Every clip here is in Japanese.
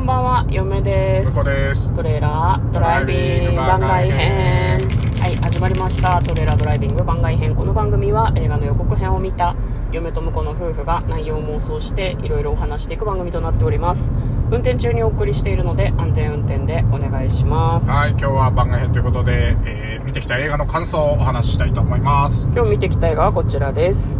んばんは、嫁で向すこ。うですトレーラードライビング番外編。はい、始まりました。トレーラードライビング番外編。この番組は映画の予告編を見た嫁と婿の夫婦が内容を妄想していろいろお話していく番組となっております。運転中にお送りしているので安全運転でお願いします。はい今日は番外編ということで、えー見てきた映画の感想をお話ししたいと思います今日見てきた映画はこちらです。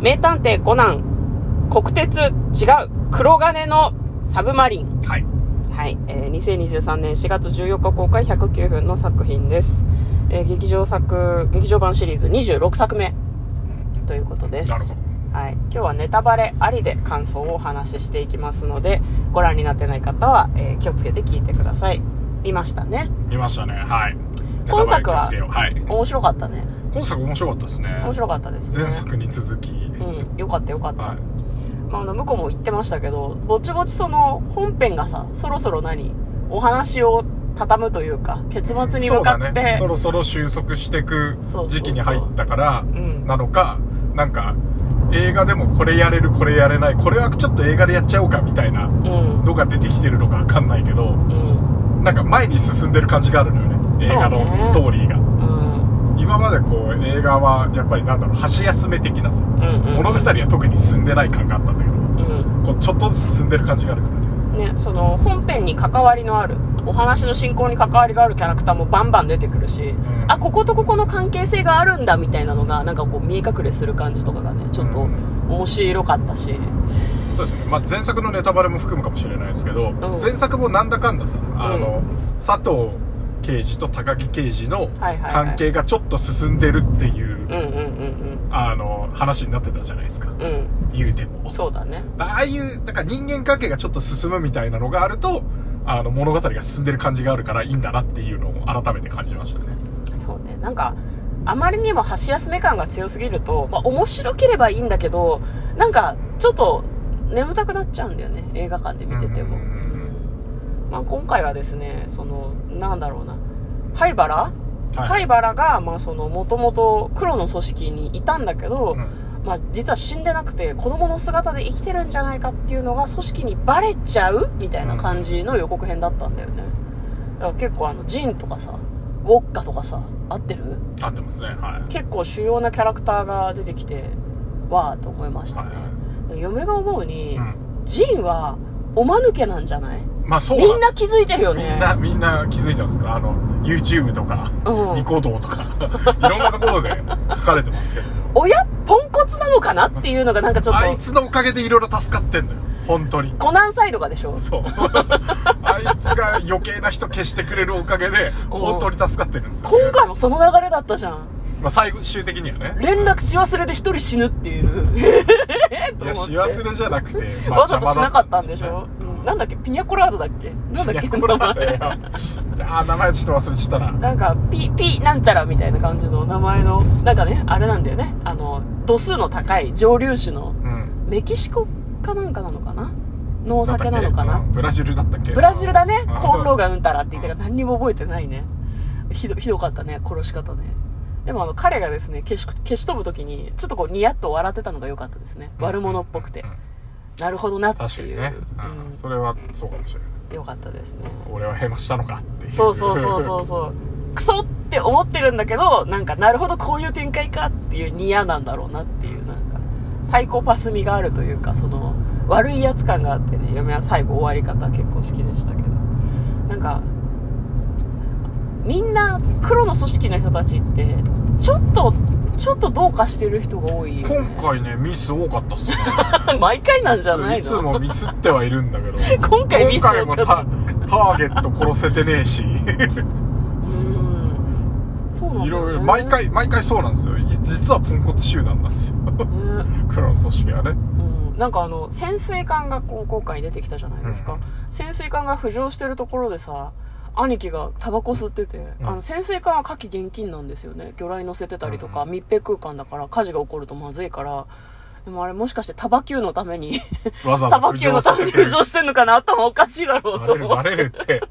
名探偵コナン、国鉄違う、黒金のサブマリン。はいはい、えー2023年4月14日公開109分の作品です、えー劇場作劇場版シリーズ26作目ということですなるほはい、今日はネタバレありで感想をお話ししていきますのでご覧になってない方は、えー気をつけて聞いてください見ましたね見ましたねはい今作はネタバレ気をつけようはい面白かったね今作面白かったですね面白かったですね前作に続き、うんよかったよかった、はいまあ、あの向こうも言ってましたけどぼちぼちその本編がさそろそろ何お話を畳むというか結末に向かそうだって、ね、そろそろ収束していくそうそうそう時期に入ったからんなのか、なんか映画でもこれやれるこれやれないこれはちょっと映画でやっちゃおうかみたいなうんのが出てきてるのかわかんないけどうんなんか前に進んでる感じがあるのよね映画そうねのストーリーが、うん今までこう映画はやっぱりなんだろう箸休め的なさ、うん物語は特に進んでない感があったんだけうどこうちょっとずつ進んでる感じがあるからねんねその本編に関わりのあるお話の進行に関わりがあるキャラクターもバンバン出てくるし、んあこことここの関係性があるんだみたいなのがなんかこう見え隠れする感じとかがねちょっとうん面白かったし、そうですね、まあ、前作のネタバレも含むかもしれないですけど、前作もなんだかんださあの、佐藤刑事と高木刑事のはいはいはい関係がちょっと進んでるっていう、うんうんうんあの話になってたじゃないですかうんうん言うてもそうだねああいうだから人間関係がちょっと進むみたいなのがあるとあの物語が進んでる感じがあるからいいんだなっていうのを改めて感じましたねそうねなんかあまりにも箸休め感が強すぎると、まあ、面白ければいいんだけどなんかちょっと眠たくなっちゃうんだよね映画館で見てても、うんうんうんまあ、今回はですねそのなんだろうな灰原はい灰原がまあそのもともと黒の組織にいたんだけど、うんまあ、実は死んでなくて子供の姿で生きてるんじゃないかっていうのが組織にバレちゃうみたいな感じの予告編だったんだよねだから結構あのジンとかさウォッカとかさ合ってる合ってますねはい結構主要なキャラクターが出てきてわーと思いましたね、はい嫁が思うに、うんジンはおまぬけなんじゃないまあそうみんでな気づいてるよすねみんなみんな気づいてますからあの YouTube とか、うんリコードーとか いろんなところで書かれてますけど親ポンコツなのかなっていうのがなんかちょっあいとつのおかげでいろいろ助かってんのよ本当にコナンサイドがでしょ そうあいつが余計な人消してくれるおかげで本当に助かってるんですよ、ね、今回もその流れだったじゃんまあ、最終的にはね連絡し忘れで一人死ぬっていうえっいとや思っ幸てせじゃなくて、まあわざとしなかったんでしょ、邪うんなんだっけピニャコラードだっけなんだ魔だっっけたんですねいやこれなんだよあー名前ちょっと忘れちゃったな なんか、ピ、ピなんちゃらみたいな感じの名前の、なんかね、あれなんだよね。あの、度数の高い蒸留酒の、うんメキシコかなんかなのかなのお酒なのかだっなたっけうんブラジルだったっけブラジルだねうん。コンロがうんたらって言ってから何にも覚えてないね。ひど、ひどかったね。殺し方ね。でもあの、彼がですね、消し、消し飛ぶときに、ちょっとこう、ニヤッと笑ってたのが良かったですね。うん悪者っぽくてうん。なるほどなっていう。確かにね、うんそれはそうかもしれないうん。良かったですね。俺はヘマしたのかっていうそうそうそうそううそうクソって思ってるんだけどなんかなるほどこういう展開かっていうニヤなんだろうなっていうなんかサイコパス味があるというかその悪いやつ感があってね嫁は最後終わり方結構好きでしたけどなんかみんな黒の組織の人たちってちょっとちょっとどうかしてる人が多いよ、ね、今回ねミス多かったっすね毎回なん じゃないのいつもミスってはいるんだけど今回ミス多今かっ回たもタターゲット殺せてねえ しうんそうなんだよ、ね、いろいろ毎回毎回そうなんですよい実はポンコツ集団なんですよね黒の組織はねうん、なんかあの潜水艦がこう今回出てきたじゃないですか、うん潜水艦が浮上してるところでさ兄貴がタバコ吸ってて、うんあの潜水艦は火器厳禁なんですよね魚雷乗せてたりとか、うん密閉空間だから火事が起こるとまずいからでもあれもしかしてタバキューのためにわざわざタバキューのために浮上してんのかな頭おかしいだろうとバレる思バってレるって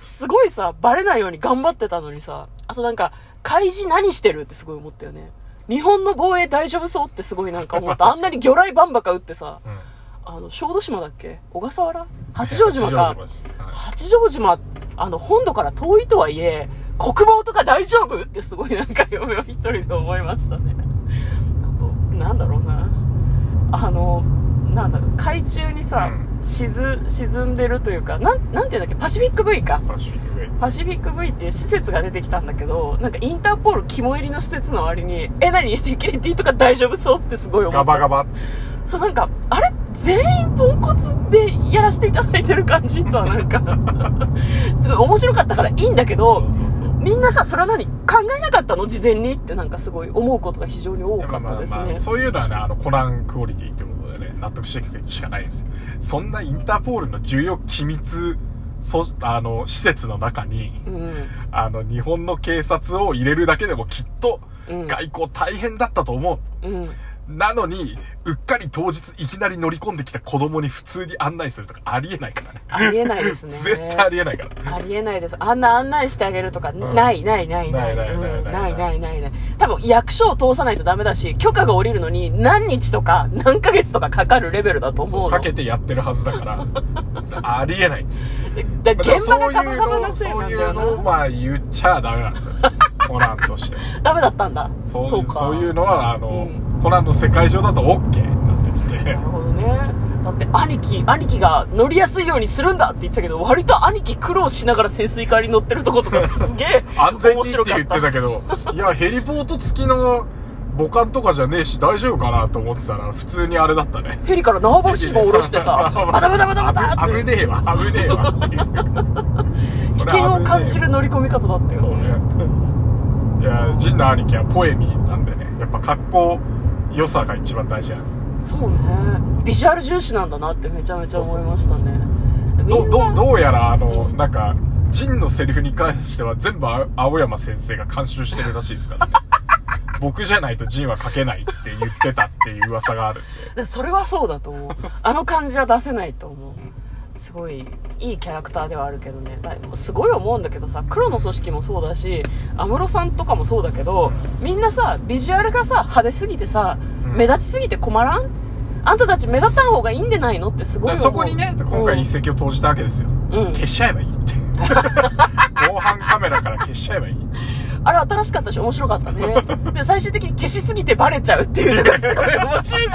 すごいさバレないように頑張ってたのにさあとなんか開示何してるってすごい思 ったよね日本の防衛大丈夫そうってすごいなんか思ったあんなに魚雷バンバカ撃ってさあの小豆島だっけ小笠原八丈島か八丈島ですはい八丈島あの本土から遠いとはいえ国防とか大丈夫ってすごいなんか嫁を一人で思いましたねあとなんだろうなあのなんだろう海中にさ、うん沈沈んでるというかなんなんていうんだっけパシフィック V かパシフィックウェイパシフィック V っていう施設が出てきたんだけどなんかインターポール肝入りの施設の割にえ何セキュリティとか大丈夫そうってすごい思ったガバガバそうなんかあれ全員ポンコツでやらせていただいてる感じとはなんか すごい面白かったからいいんだけそどうそうそうみんなさそれは何考えなかったの事前にってなんかすごい思うことが非常に多かったですね、まあまあまあそういうのはねあのコナンクオリティってことでね納得していくしかないですそんなインターポールの重要機密そあの施設の 中にうんあの日本の警察を入れるだけでもきっとうん外交大変だったと思う、うんなのにうっかり当日いきなり乗り込んできた子供に普通に案内するとかありえないからねありえないですね 絶対ありえないからありえないです。あんな案内してあげるとか、んないないないない。ないないうんなないいなないないない。多分役所を通さないとダメだし、許可が下りるのに何日とか何ヶ月とかかかるレベルだと思うの。かけてやってるはずだから ありえないんですよだから現場がガバガバなせいなんだよそういうのをな。まあ言っちゃダメな んですよコナンとしてダメだったんだ。そうそそううか。いうのはあの、うコナンの世界上だと OK になってみてなるほどね。だって兄貴、兄貴が乗りやすいようにするんだって言ってたけど、割と兄貴苦労しながら潜水艦に乗ってるとことかすげえ 安全面にって白か言っったて。たけどいやヘリポート付きの母艦とかじゃねえし大丈夫かなと思ってたら普通にあれだったねヘリから縄張りしも下ろして さ、バタバタバタバタって危。ねえわ危ねえわっていう危険を感じる乗り込み方だったよそうねいやジンの兄貴はポエミーなんでねやっぱ格好良さが一番大事なんですそうねビジュアル重視なんだなってめちゃめちゃ思いましたねみどんなどどうやらあの、なんかジンのセリフに関しては全部あ青山先生が監修してるらしいです からね僕じゃないとジンは書けないって言ってたっていう噂があるんででそれはそうだと思うあの感じは出せないと思うすごいいいキャラクターではあるけどねだすごい思うんだけどさ黒の組織もそうだし安室さんとかもそうだけどみんなさビジュアルがさ派手すぎてさ、うん目立ちすぎて困らんあんたたち目立たん方がいいんでないのってすごいだから思うそこにね今回一石を投じたわけですよ、うん消しちゃえばいいって 防犯カメラから消しちゃえばいいあれ新しかったし面白かったね。 で、最終的に消しすぎてバレちゃうっていうのがすごい面白い。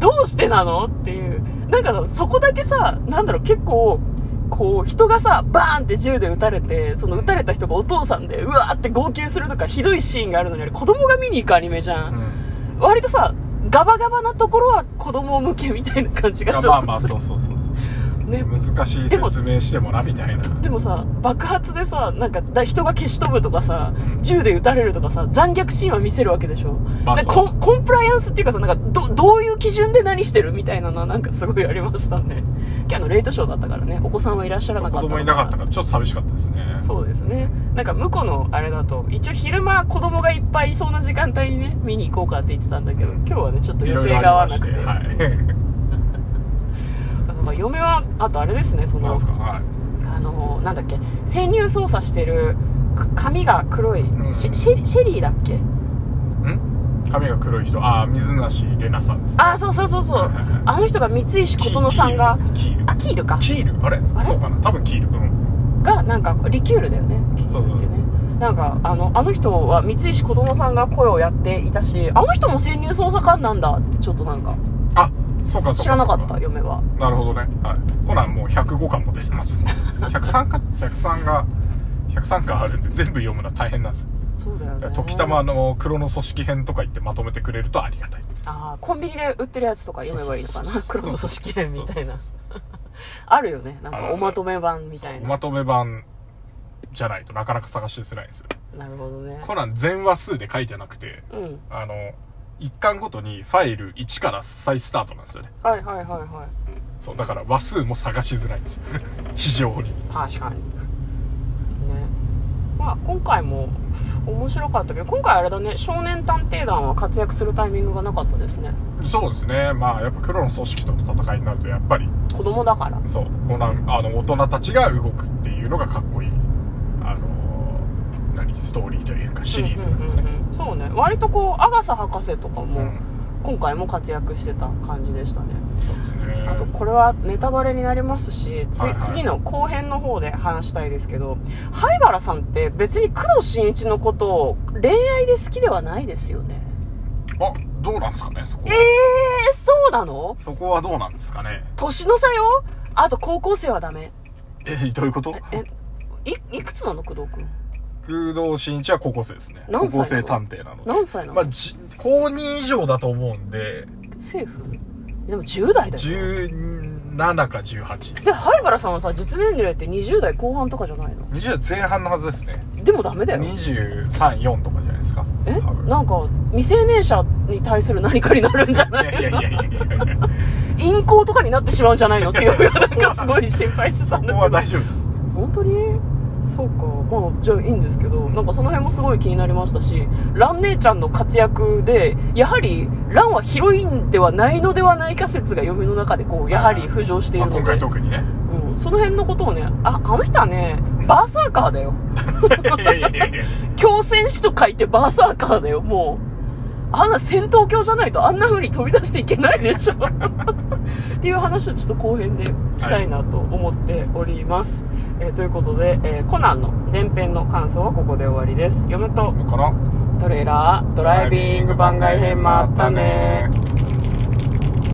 どうしてなのっていう。なんかそこだけさ、なんだろう、結構、こう、人がさ、バーンって銃で撃たれて、その撃たれた人がお父さんで、うわーって号泣するとか、ひどいシーンがあるのに、あれ子供が見に行くアニメじゃうんん。割とさ、ガバガバなところは子供向けみたいな感じがちまょあっまとあする。そうそうそうそうね。難しい説明してもなみたいなでもさ爆発でさなんかだ人が消し飛ぶとかさ銃で撃たれるとかさ残虐シーンは見せるわけでしょ、まあなんかそコンコンプライアンスっていうかさなんかどどういう基準で何してるみたいなのはなんかすごいありましたね今日あのレイトショーだったからねお子さんはいらっしゃらなかった子の供いなかったからちょっと寂しかったですねそうですねなんか向こうのあれだと一応昼間子供がいっぱいいそうな時間帯にね見に行こうかって言ってたんだけど今日はねちょっと予定が合わなくていろいろありましてはいなんか嫁はあとあれですね そなんのですかはいあのなんだっけ潜入捜査してるか髪が黒い、んシシェリシェリーだっけん髪が黒い人ああ水梨玲奈さんですあそうそうそうそうはいはいはいあの人が三石琴乃さんがキールあキールかキールキールあれあれそうかな多分キールうんがなんかリキュールだよねキそうそうールってねなんかあのあの人は三石琴乃さんが声をやっていたしあの人も潜入捜査官なんだってちょっとなんかあそうかそうか知らなかっそうた嫁はなるほどねはいコナンもう105巻も出てます ね103か103が103巻あるんで全部読むのは大変なんですそうだよね時たまの黒の組織編とか言ってまとめてくれるとありがたいあーコンビニで売ってるやつとか読めばいいのかそうそなうそうそう黒の組織編みたいそなうそあるよねなんあかるおまとめ版みたいおなまとめ版じゃないとなかなか探しづらいんですよなるほどねコナン全話数で書いてなくてうんあの1巻ごとにファイル1から再スタートなんですよねはいはいはいはいそうだから話数も探しづらいんです よ非常に確かにねまあ今回も面白かったけど今回あれだね少年探偵団は活躍するタイミングがなかったですねそうですねまあやっぱ黒の組織との戦いになるとやっぱり子供だからそうコナンあの大人たちが動くっていうのがかっこいいあの何ストーリーというかシリーズなんですねうんうんうんうんそうね割とこうアガサ博士とかも、うん今回も活躍してた感じでしたねそうですねあとこれはネタバレになりますし、つはいはい次の後編の方で話したいですけど灰原さんって別に工藤新一のことを恋愛で好きではないですよねあどうなんですかねそこえー、そうなのそこはどうなんですかね年の差よあと高校生はダメえどういうことえいいくつなの工藤君工藤新一は高校生ですね何高歳なの校生探偵なので何歳なの、まあ、じ高2以上だと思うんで政府でも10代だよ17か18ですで灰原さんはさ実年齢って20代後半とかじゃないの20代前半のはずですねでもダメだよ234とかじゃないですかえ多分なんか未成年者に対する何かになるんじゃないいやいやいやいやいやいや陰行とかになってしまうんじゃないのっていう なんかすごい心配してたそんだこはけど大丈夫です本当にそうかまあじゃあいいんですけどなんかその辺もすごい気になりましたし蘭姉ちゃんの活躍でやはり蘭はヒロインではないのではないか説が嫁の中でこうやはり浮上していまるあ、ので、今回特 にねうん、その辺のことをねああの人はねバーサーカーだよいやいやいやいや強戦士と書いてバーサーカーだよもうあんな戦闘狂じゃないとあんな風に飛び出していけないでしょ っていう話をちょっと後編でしたいなと思っております、えーということで、えーコナンの前編の感想はここで終わりです嫁とこのトレーラードライビング番外編もあったね